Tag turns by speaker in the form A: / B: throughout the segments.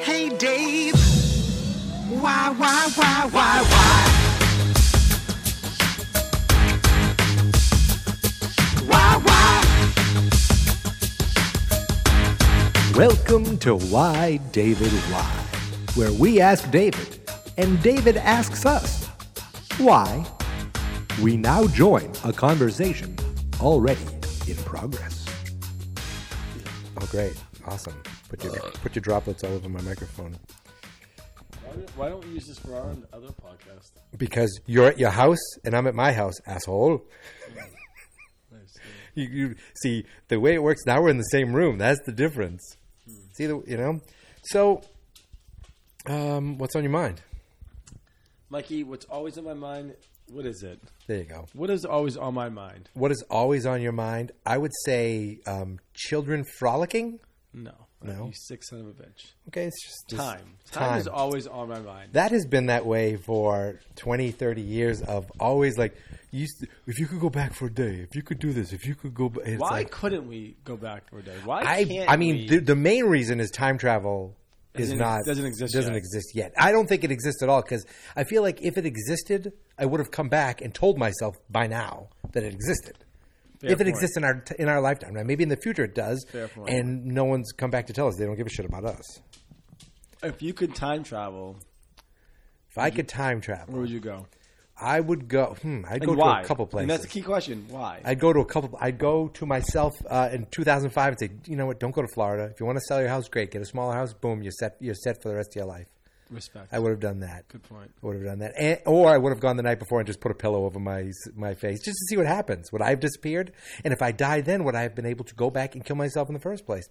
A: Hey Dave, why, why, why, why, why? Why, why?
B: Welcome to Why David Why, where we ask David, and David asks us, why? We now join a conversation already in progress.
C: Oh, great! Awesome. Put your put your droplets all over my microphone
D: Why don't, why don't we use this for our other podcast?
C: because you're at your house and I'm at my house, asshole.
D: Nice.
C: You, you see the way it works now. We're in the same room. That's the difference. See the you know. So, um, what's on your mind?
D: Mikey, what's always on my mind? What is it?
C: There you go.
D: What is always on my mind?
C: What is always on your mind? I would say um, children frolicking.
D: No.
C: No.
D: You sick son of a bitch.
C: Okay, it's just just
D: Time. Time. is always on my mind.
C: that has been that way for 20 30 years of always like you used to, if you could go back for a day if you could do this if you could go ba- it's
D: Why
C: like,
D: couldn't we go back for a day? Why
C: i
D: can't
C: i mean
D: we?
C: the, the main reason is time travel is
D: Doesn't-
C: not
D: doesn't exist
C: doesn't
D: yet.
C: exist yet i don't think it exists at all because i feel like if it existed i would have come back and told myself by now that it existed
D: Fair
C: if it
D: point.
C: exists in our in our lifetime now maybe in the future it does
D: Fair point.
C: and no one's come back to tell us they don't give a shit about us
D: If you could time travel,
C: if
D: Mm-hmm.
C: i could time
D: where
C: travel
D: would you go?
C: i would go hmm i'd
D: And
C: go
D: why?
C: to a couple places
D: And that's the key question. Why?
C: I'd go to a couple. I'd go to myself uh, in 2005 and say, you know what? Don't go to Florida. If you want to sell your house, great. Get a smaller house. Boom. You're set. You're set for the rest of your life.
D: Respect.
C: I would have done that.
D: Good point.
C: I would have done that, and, or I would have gone the night before and just put a pillow over my my face just to see what happens. Would I have disappeared? And if I die, then would I have been able to go back and kill myself in the first place?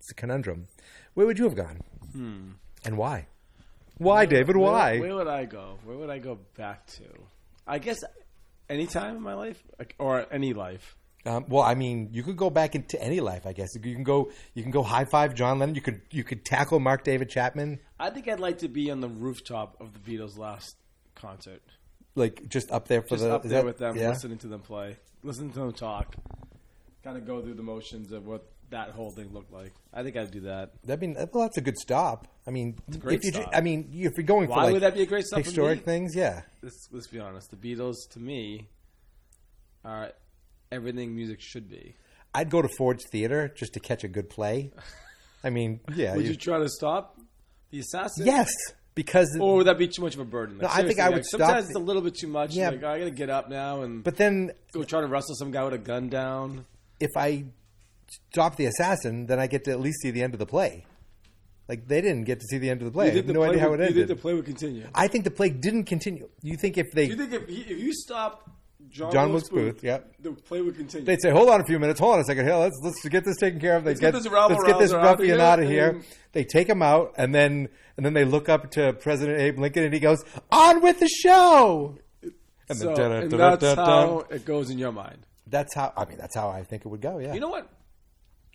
C: It's a conundrum. Where would you have gone?
D: Hmm.
C: And why? Why, David?
D: Where-
C: Why?
D: Where would I go? Where would I go back to? I guess any time in my life, like, or any life.
C: Um, well, I mean, you could go back into any life, I guess. You can go, you can go high five John Lennon. You could, you could tackle Mark David Chapman,
D: I think I'd like to be on the rooftop of the Beatles' last concert.
C: like just up there for
D: Just
C: the
D: up
C: is
D: there
C: that-
D: with them,
C: Yeah,
D: listening to them play, listening to them talk, kind of go through the motions of what that whole thing looked like. I think I'd do that.
C: I mean, well, that's a good stop. I mean,
D: great
C: if you, ju-
D: stop.
C: I mean, you- if you're going for
D: Why
C: like
D: would that be a great stop for
C: historic
D: me?
C: things, yeah.
D: Let's, let's be honest. The Beatles, to me, are everything music should be.
C: I'd go to Ford's Theater just to catch a good play. I mean, yeah,
D: Would
C: you-
D: you try to stop the assassin?
C: yes, because
D: Or would that be too much of a burden? Like,
C: No, I think
D: seriously,
C: I would
D: like,
C: stop
D: Sometimes
C: the-
D: it's a little bit too much.
C: Yeah.
D: Like, "Oh, I gotta get up now and
C: but then
D: go try to wrestle some guy with a gun down.
C: if I stop the assassin, then I get to at least see the end of the play. Like they didn't get to see the end of the play. I
D: You think
C: have
D: the
C: no
D: play
C: idea how
D: would-
C: it ended.
D: You think the play would continue?
C: I think the play didn't continue. You think if they
D: Do you think if, he, if you stopped John,
C: John
D: Wilkes
C: Wilkes Booth,
D: Booth,
C: yep.
D: the play would continue?
C: they'd say, "Hold on a few minutes, hold on a second, here, let's let's get this taken care of." They
D: get
C: get,
D: this rabble
C: let's get this
D: rouser out of
C: ruffian
D: here,
C: out of
D: and
C: here.
D: then-
C: They take him out, and then and then they look up to President Abe Lincoln, and he goes, "On with the show." And,
D: so,
C: then da- da-
D: and
C: da- da-
D: that's
C: da-
D: how
C: da.
D: it goes in your mind.
C: That's how. I mean, that's how I think it would go. Yeah.
D: You know what?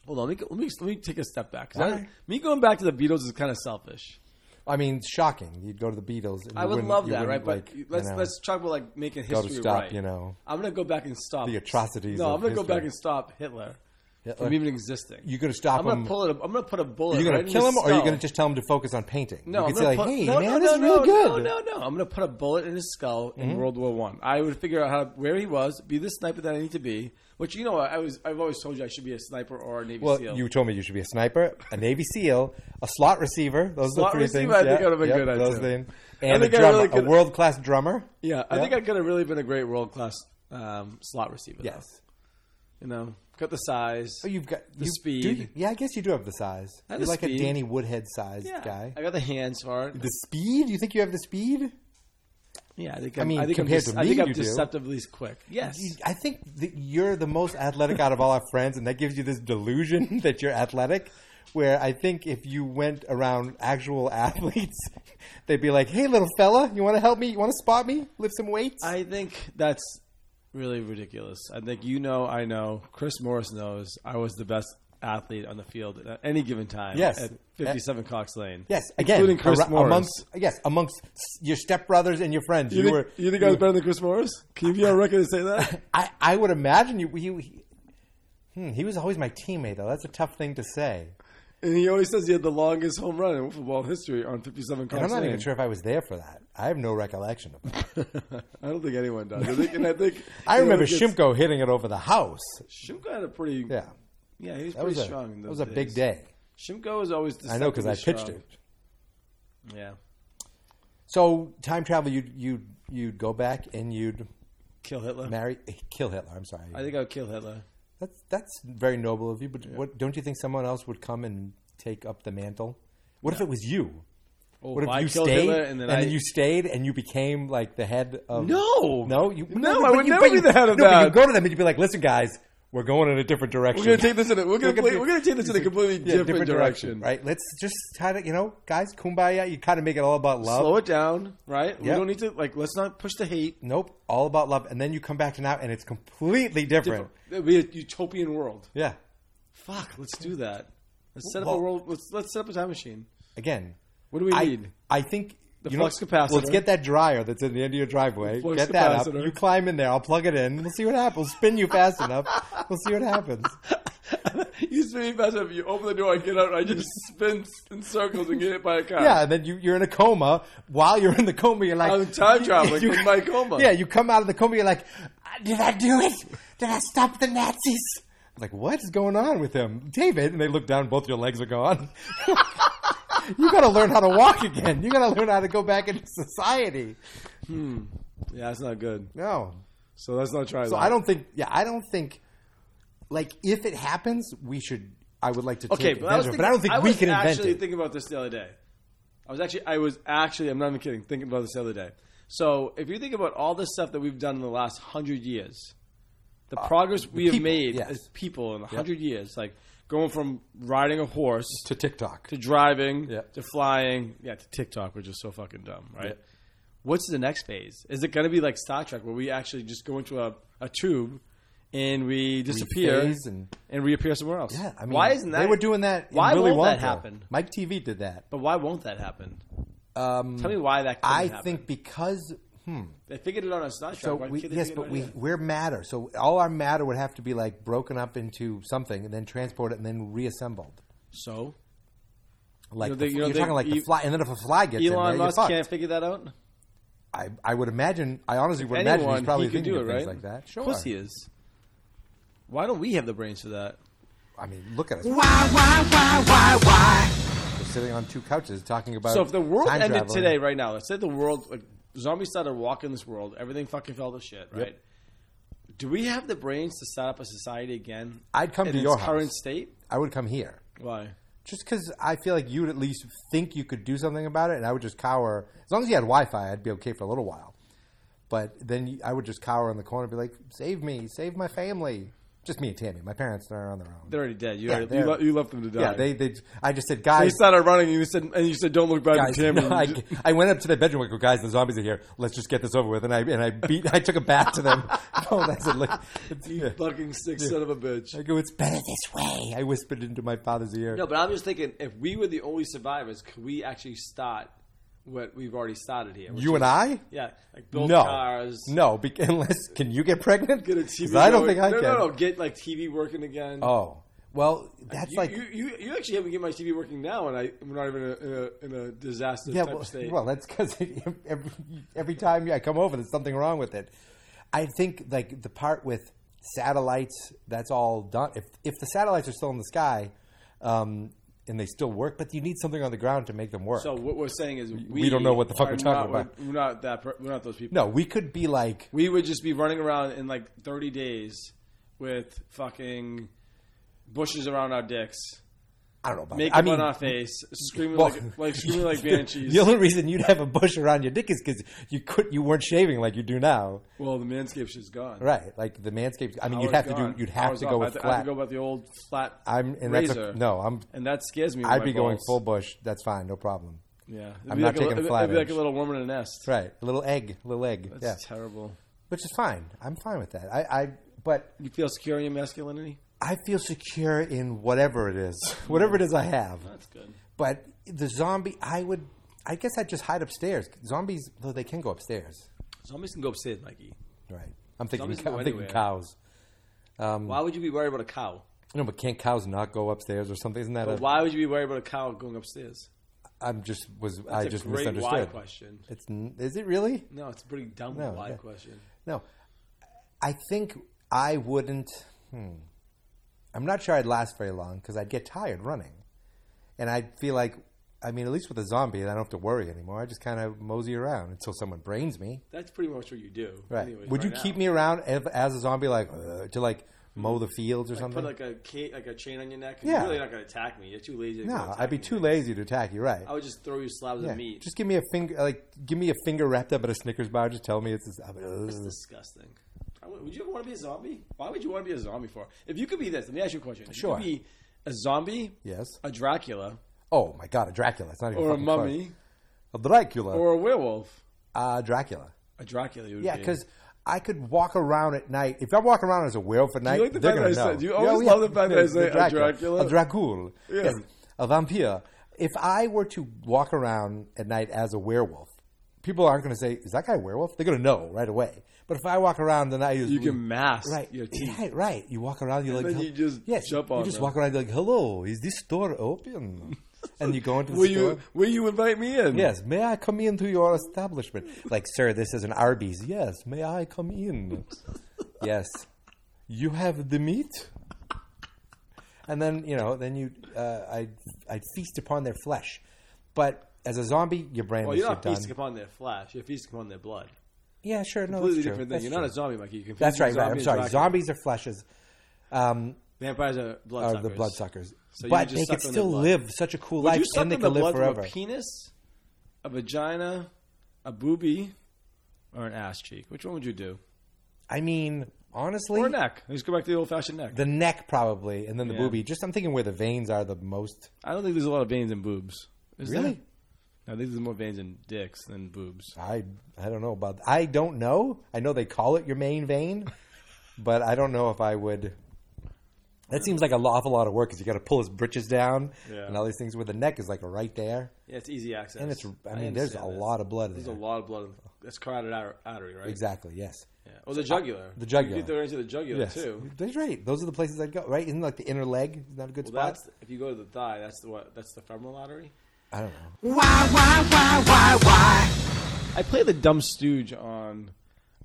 D: Hold on. Let me let me, let me take a step back. 'Cause
C: All
D: I-
C: right.
D: me going back to the Beatles is kind of selfish.
C: I mean, shocking. You'd go to the Beatles. And
D: I
C: you
D: would
C: wouldn't-
D: love
C: you
D: that, right?
C: wouldn't,
D: But
C: like, you
D: let's
C: know.
D: let's talk about like making history
C: Go to stop,
D: right.
C: you know.
D: I'm gonna go back and stop
C: The atrocities
D: No,
C: of
D: I'm gonna go
C: history.
D: back and stop Hitler,
C: Hitler.
D: from even existing.
C: You're gonna stop
D: I'm gonna
C: him-
D: Pull it, I'm gonna put a bullet.
C: You're gonna
D: right
C: kill
D: in
C: him,
D: his
C: or you're
D: skull.
C: gonna just tell him to focus on painting.
D: No,
C: you
D: I'm
C: could say
D: gonna
C: like,
D: put-
C: "Hey,
D: no,
C: man,
D: no,
C: this
D: no,
C: is really
D: no,
C: good." Mm-hmm.
D: No, no, no. I'm gonna put a bullet in his skull in World War One. I. would figure out how where he was, be the sniper that I need to be. Which you know, I was I've always told you I should be a sniper or a Navy
C: Well,
D: SEAL.
C: you told me you should be a sniper, a Navy SEAL, a slot receiver. Those
D: Slot
C: are the three
D: receiver,
C: things.
D: I think
C: yeah,
D: I would've been
C: yep,
D: good at,
C: those
D: too.
C: things.
D: I
C: And a
D: think I really
C: drummer,
D: could-
C: a world class drummer.
D: yeah, I
C: Yeah.
D: think I could have really been a great world class um, slot receiver. though.
C: Yes.
D: you know, got the size.
C: Oh, you've got
D: The
C: you-
D: speed.
C: do you- yeah, I guess you do have the size.
D: I have
C: You're
D: the
C: like
D: speed.
C: a Danny Woodhead sized
D: yeah,
C: guy.
D: I got the hands for it.
C: The speed? You think you have the speed?
D: Yeah, I think
C: I
D: I'm,
C: mean,
D: I think I'm
C: compared
D: just-
C: to
D: I think
C: me,
D: I'm
C: you do.
D: deceptively quick. Yes,
C: You- I think that you're the most athletic out of all our friends, and that gives you this delusion that you're athletic. Where I think if you went around actual athletes, they'd be like, "Hey, little fella, you want to help me? You want to spot me? Lift some weights?"
D: I think that's really ridiculous. I think you know, I know, Chris Morris knows. I was the best athlete on the field at any given time.
C: Yes.
D: at 57 Cox Lane.
C: Yes, again,
D: including Chris
C: ar-
D: Morris.
C: Amongst, yes, amongst s- your stepbrothers and your friends, you,
D: you, think,
C: were.
D: you think I was better than Chris Morris? Can you be on record and say that?
C: I, I would imagine you. you he, hmm, he was always my teammate, though. That's a tough thing to say.
D: And he always says he had the longest home run in football history on 57
C: And I'm
D: Cox
C: not
D: Lane.
C: even sure if I was there for that. I have no recollection of that.
D: I don't think anyone does. I think, and I think
C: I
D: you know,
C: remember
D: it gets-
C: Shimko hitting it over the house.
D: Shimko had a pretty
C: Yeah,
D: yeah he was
C: that
D: pretty
C: was a
D: strong. in
C: that
D: those
C: was a big
D: days.
C: day.
D: Shimko was always
C: I know because I
D: deceptively
C: pitched
D: strong.
C: it.
D: Yeah,
C: So time travel, you'd you'd you'd go back and you'd
D: kill Hitler.
C: marry kill Hitler. I'm sorry.
D: I think I would kill Hitler.
C: That's that's very noble of you, but what don't you think someone else would come and take up the mantle? What if it was you?
D: Oh,
C: What if
D: I
C: you
D: killed
C: stayed
D: Hitler and then I
C: you stayed and you became like the head of
D: No.
C: no you
D: No,
C: but-
D: I
C: but
D: would
C: you-
D: never
C: but
D: be
C: you-
D: the head of
C: no, but You
D: that.
C: go to them and you'd be like, listen, guys, we're going in a different direction.
D: we're gonna take this in a we're gonna
C: We're gonna
D: play,
C: do-
D: we're gonna take this in a completely
C: Yeah,
D: different, direction.
C: right? Let's just kind of you know, guys, kumbaya. You kind of make it all about love.
D: Slow it down, right? We
C: Yeah.
D: don't need to like. Let's not push the hate.
C: Nope, all about love, and then you come back to now, and it's completely different.
D: It'd be a utopian world.
C: Yeah,
D: Fuck, let's do that. Let's set up
C: Well-
D: a world. Let's let's set up a time machine.
C: again,
D: What do we
C: I,
D: need?
C: I think the
D: flux capacitor.
C: Let's get that dryer that's in the end of your driveway.
D: flux
C: get that up.
D: capacitor.
C: You climb in there. I'll plug it in. We'll see what happens. We'll spin you fast enough. We'll see what happens.
D: you spin fast enough. You open the door. I get out. and I just spin in circles and get hit by a car.
C: Yeah, and then you, you're in a coma. While you're in the coma, you're like
D: I'm time traveling in my coma.
C: Yeah, you come out of the coma. You're like, "Ah, did I do it? Did I stop the Nazis? I'm like, what is going on with him, David? And they look down. Both your legs are gone. you got to learn how to walk again. You got to learn how to go back into society.
D: yeah, that's not good.
C: No,
D: So let's not try.
C: So I don't think. Yeah, I don't think. Like, if it happens, we should. I would like to.
D: Okay,
C: take
D: but I, was
C: advantage of it,
D: thinking,
C: but I don't think
D: I
C: we
D: was
C: can invent
D: actually
C: it.
D: thinking about this the other day. I was actually, I was actually, I'm not even kidding, thinking about this the other day. So if you think about all the stuff that we've done in the last hundred years, the progress we have
C: Uh, people,
D: made
C: yes.
D: as people in a hundred years, like going from riding a horse
C: to TikTok.
D: to driving
C: Yeah.
D: to flying, yeah, to TikTok, which is so fucking dumb, right? What's the next phase? Is it going to be like Star Trek, where we actually just go into a, a tube and we disappear
C: phase and-
D: reappear somewhere else?
C: Yeah, I mean,
D: why isn't that?
C: They were doing that. in
D: Why
C: Willy
D: won't that
C: Wonka.
D: happen?
C: Mike TV did that.
D: But why won't that happen?
C: Um,
D: Tell me why that. Couldn't
C: I
D: happen.
C: think because hmm,
D: they figured it out on Star Trek.
C: so.
D: Why
C: We,
D: can't they
C: yes,
D: figure it
C: but
D: out
C: we
D: here?
C: we're matter. So all our matter would have to be like broken up into something and then transported and then reassembled.
D: So
C: Like
D: You know,
C: the-
D: they- you know,
C: you're
D: they-
C: talking like the
D: E-
C: fly, and then if a fly gets in there,
D: Elon
C: you're
D: Musk
C: fucked.
D: can't figure that out.
C: I, I would imagine. I honestly would imagine
D: Anyone,
C: he's probably
D: he could
C: thinking
D: do it,
C: of
D: right?
C: things like that. Sure.
D: Of course he is. Why don't we have the brains for that?
C: I mean, look at us.
A: Why, why, why, why, why?
C: We're sitting on two couches talking about.
D: So if the world
C: Uh, time
D: ended
C: traveling.
D: today, right now, let's say the world, like, zombies started walking this world, everything fucking fell to shit, right? Do we have the brains to set up a society again?
C: I'd come
D: in
C: to
D: its
C: your
D: current
C: house.
D: state.
C: I would come here
D: Why?
C: just because I feel like you'd at least think you could do something about it, and I would just cower. As long as you had Wi-Fi, I'd be okay for a little while. But then you- I would just cower in the corner, and be like, "Save me, save my family." Just me and Tammy. My parents they're on their own.
D: They're already dead. You,
C: Yeah,
D: already,
C: they're-
D: you, le- you left them to die.
C: yeah, they, they. I just said,
D: They
C: guys,
D: started running, and you said, and you said, "Don't look back
C: guys.
D: at Tammy."
C: no, I, I went up to their bedroom, like, "Well, guys, the zombies are here. Let's just get this over with. And I and I beat. I took a bat to them. oh, that's it. Look, it's, yeah.
D: fucking sick son of a bitch.
C: I go, it's better this way. I whispered into my father's ear.
D: No, but I'm just thinking if we were the only survivors, could we actually start what we've already started here? which
C: you and
D: is-
C: I?
D: yeah, like build
C: no,
D: cars,
C: no. Be- unless can you get pregnant?
D: get a TV.
C: 'Cause I don't
D: going-
C: think I
D: no,
C: can.
D: No, no, get like TV working again.
C: Oh, well, that's
D: you,
C: like
D: you, you, you actually haven't get my TV working now, and I, we're not even in a, in a, in a disaster
C: yeah.
D: type
C: Well,
D: of state.
C: well, that's because every every time I come over, there's something wrong with it. I think like the part with satellites. That's all done. If if the satellites are still in the sky. Um, and they still work, but you need something on the ground to make them work.
D: so what we're saying is we,
C: don't know what the fuck
D: are
C: we're talking
D: not-
C: about.
D: We're, we're not that. per- We're not those people.
C: no, we could be like
D: we would just be running around in like 30 days with fucking bushes around our dicks.
C: I don't know about.
D: Make
C: I
D: up
C: mean,
D: on our face, screaming
C: Well-
D: like like screaming like banshees.
C: The only reason you'd have a bush around your dick is because you could you weren't shaving like you do now,
D: well, the manscaped shit's gone.
C: right? Like the manscaped. I mean,
D: Hours
C: you'd have
D: gone.
C: to do. You'd have
D: Hours
C: to
D: off.
C: go
D: I
C: with
D: have to- I have
C: flat.
D: to go with the old flat.
C: I'm and
D: razor.
C: that's a, no. I'm.
D: and that scares me. with
C: I'd
D: my
C: be going
D: balls.
C: full bush. That's fine. No problem.
D: Yeah, It'd
C: I'm
D: be
C: not
D: like a,
C: taking
D: little-
C: flat
D: It'd be like
C: edge.
D: a little woman in a nest.
C: Right. A little egg. Little egg.
D: That's
C: yeah.
D: terrible.
C: Which is fine. I'm fine with that. I. I but
D: You feel secure in your masculinity?
C: I feel secure in whatever it is, whatever it is I have.
D: That's good.
C: But the zombie, I would. I guess I'd just hide upstairs. Zombies, though, they can go upstairs.
D: Zombies can go upstairs, Mikey.
C: Right. I'm thinking.
D: Zombies can
C: I'm
D: go
C: thinking
D: anywhere.
C: cows.
D: Why would you be worried about a cow?
C: No, but can't cows not go upstairs or something? Isn't that a?
D: But why would you be worried about a cow going upstairs?
C: I'm just was
D: That's
C: I
D: a
C: just
D: great why
C: misunderstood.
D: question.
C: It's n- is it really?
D: No, it's a pretty dumb
C: No,
D: why
C: yeah.
D: question.
C: No, I think I wouldn't. Hmm. I'm not sure I'd last very long because I'd get tired running, and I'd feel like, I mean, at least with a zombie, I don't have to worry anymore. I just kind of mosey around until someone brains me.
D: That's pretty much what you do.
C: Right?
D: anyways,
C: Would you
D: right
C: keep
D: now.
C: me around if, as a zombie, like uh, to like mow the fields or something?
D: Put Mm-hmm. like a ca- like a chain on your neck.
C: Yeah.
D: You're really not gonna attack me. You're too lazy. To go
C: no,
D: attack
C: I'd be
D: me.
C: too lazy to attack you. Right?
D: I would just throw you slabs
C: Yeah.
D: of meat.
C: Just give me a finger, like give me a finger wrapped up in a Snickers bar. Just tell me it's. uh, it's
D: That's disgusting. I would would you ever want to be a zombie? Why would you want to be a zombie for? If you could be this, let me ask you a question. If
C: Sure.
D: You could be a zombie,
C: yes.
D: a Dracula,
C: Oh my God, a Dracula. It's not even
D: or a
C: fucking close.
D: mummy,
C: A Dracula.
D: or a werewolf.
C: uh, Dracula.
D: A Dracula. you Would
C: Yeah,
D: be.
C: because I could walk around at night. If I walk around as a werewolf at night,
D: like the
C: they're
D: fact
C: gonna
D: that I
C: know. oh,
D: said- you always love the fact that I say a Dracula.
C: a Dracul,
D: Yeah.
C: yes, a vampire. If I were to walk around at night as a werewolf, people aren't going to say, "Is that guy a werewolf?" They're going to know right away. But if I walk around and I just
D: you can mask
C: Mm, Right,
D: your teeth.
C: right, right. You walk around, you're like,
D: then you just
C: yes,
D: jump
C: you
D: on
C: just
D: them.
C: walk around, you're like, hello, is this store open? and you go into the
D: Will
C: store.
D: you will you invite me in?
C: Yes, may I come into your establishment? Like, sir, this is an Arby's. Yes, may I come in? yes. You have the meat? And then, you know, then you, uh, I'd, I'd feast upon their flesh. But as a zombie, your brain
D: Well,
C: is
D: you're not
C: done.
D: feasting upon their flesh. You're feasting upon their blood.
C: Yeah, sure. No,
D: Completely
C: that's true.
D: different thing.
C: That's
D: You're
C: true.
D: not a zombie, Mikey. You're
C: That's right, right. I'm
D: and
C: sorry.
D: Dracula.
C: Zombies are fleshes. Um,
D: Vampires are blood
C: are
D: suckers.
C: the bloodsuckers.
D: So you
C: but
D: just
C: they
D: suck
C: could
D: on their
C: still
D: blood.
C: live such a cool
D: Would
C: life,
D: you suck
C: and they
D: on the
C: could live
D: blood from
C: forever.
D: a penis, a vagina, a boobie, or an ass cheek? Which one would you do?
C: I mean, honestly,
D: Or a neck. Let's go back to the old-fashioned neck.
C: the neck probably, and then the
D: Yeah.
C: boobie. Just I'm thinking where the veins are the most.
D: I don't think there's a lot of veins in boobs. Is
C: Really?
D: There? I think there's more veins in dicks than boobs.
C: I I don't know about. I don't know. I know they call it your main vein, but I don't know if I would. That seems like an awful lot of work because you got to pull his britches down
D: Yeah.
C: and all these things. Where the neck is like right there,
D: Yeah, it's easy access.
C: and it's. I mean, there's a
D: understand that.
C: lot of blood.
D: There's
C: there.
D: a lot of blood. in- That's carotid ar- artery, right?
C: Exactly. Yes.
D: Yeah. Or the jugular.
C: the jugular.
D: You could throw it into the jugular
C: Yes.
D: too.
C: That's right. Those are the places I'd go. Right? Isn't like the inner leg not a good
D: Well,
C: spot?
D: that's if you go to the thigh. That's the what? That's the femoral artery.
C: I don't
A: Why,
C: know.
A: why, why, why, why?
D: I play the dumb stooge on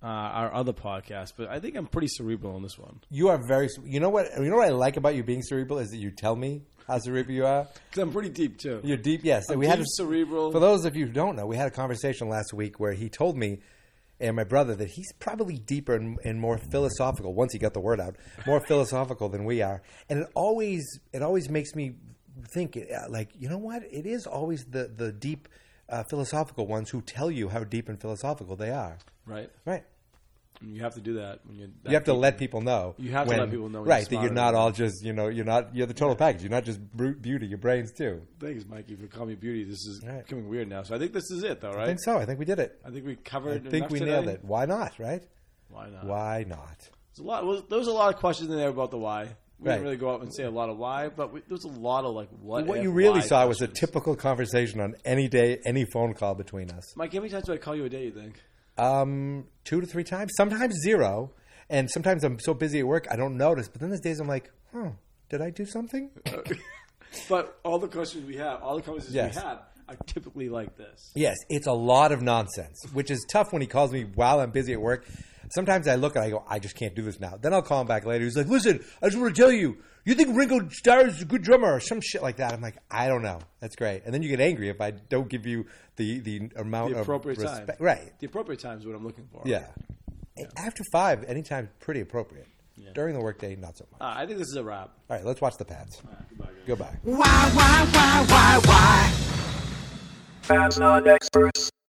D: uh, our other podcast, but I think I'm pretty cerebral on this one.
C: You are very. You know what? You know what I like about you being cerebral is that you tell me how cerebral you are.
D: 'Cause I'm pretty deep too.
C: You're deep. Yes, we
D: deep
C: had a,
D: cerebral.
C: For those of you who don't know, we had a conversation last week where he told me and my brother that he's probably deeper and, and more philosophical. Once he got the word out, more philosophical than we are, and it always it always makes me think uh, like you know what? It is always the the deep uh, philosophical ones who tell you how deep and philosophical they are.
D: right?
C: Right.
D: And you have to do that when you're. That
C: you have to let people know.
D: You have to let people know when
C: right?
D: you're
C: That you're
D: smarter
C: not
D: than
C: all just you know you're not you're the total package. You're not just brute beauty. Your brains too.
D: Thanks, Mikey, for calling me beauty. This is
C: Right.
D: becoming weird now. So I think this is it, though, right?
C: I think so. I think we did it.
D: I think we
C: I
D: covered.
C: think
D: enough
C: we
D: today. Uh.
C: nailed it. Why not? Right?
D: Why not?
C: Why not?
D: There's a lot. well, There was a lot of questions in there about the why. We
C: Right.
D: didn't really go out and say a lot of why, but we, there was a lot of like what.
C: What
D: if,
C: you really
D: why
C: saw was a
D: questions.
C: typical conversation on any day, any phone call between us.
D: Mike, how many times do I call you a day? You think?
C: Um, two to three times, sometimes zero, and sometimes I'm so busy at work I don't notice. But then there's days I'm like, huh, did I do something?
D: but all the questions we have, all the conversations
C: Yes.
D: we have, are typically like this.
C: Yes, it's a lot of nonsense, which is tough when he calls me while I'm busy at work. Sometimes I look and I go, I just can't do this now. Then I'll call him back later. He's like, listen, I just want to tell you, you think Ringo Starr is a good drummer or some shit like that. I'm like, I don't know. That's great. And then you get angry if I don't give you the, the amount
D: The appropriate
C: of
D: time,
C: respect. Right.
D: The appropriate time is what I'm looking for.
C: Yeah. After five, anytime, pretty appropriate. During the workday, not so much.
D: Uh, I think this is a wrap.
C: All right, let's watch the Pats.
D: Goodbye, guys.
C: Goodbye.
A: Why, why, why, why, why?
E: I'm not experts.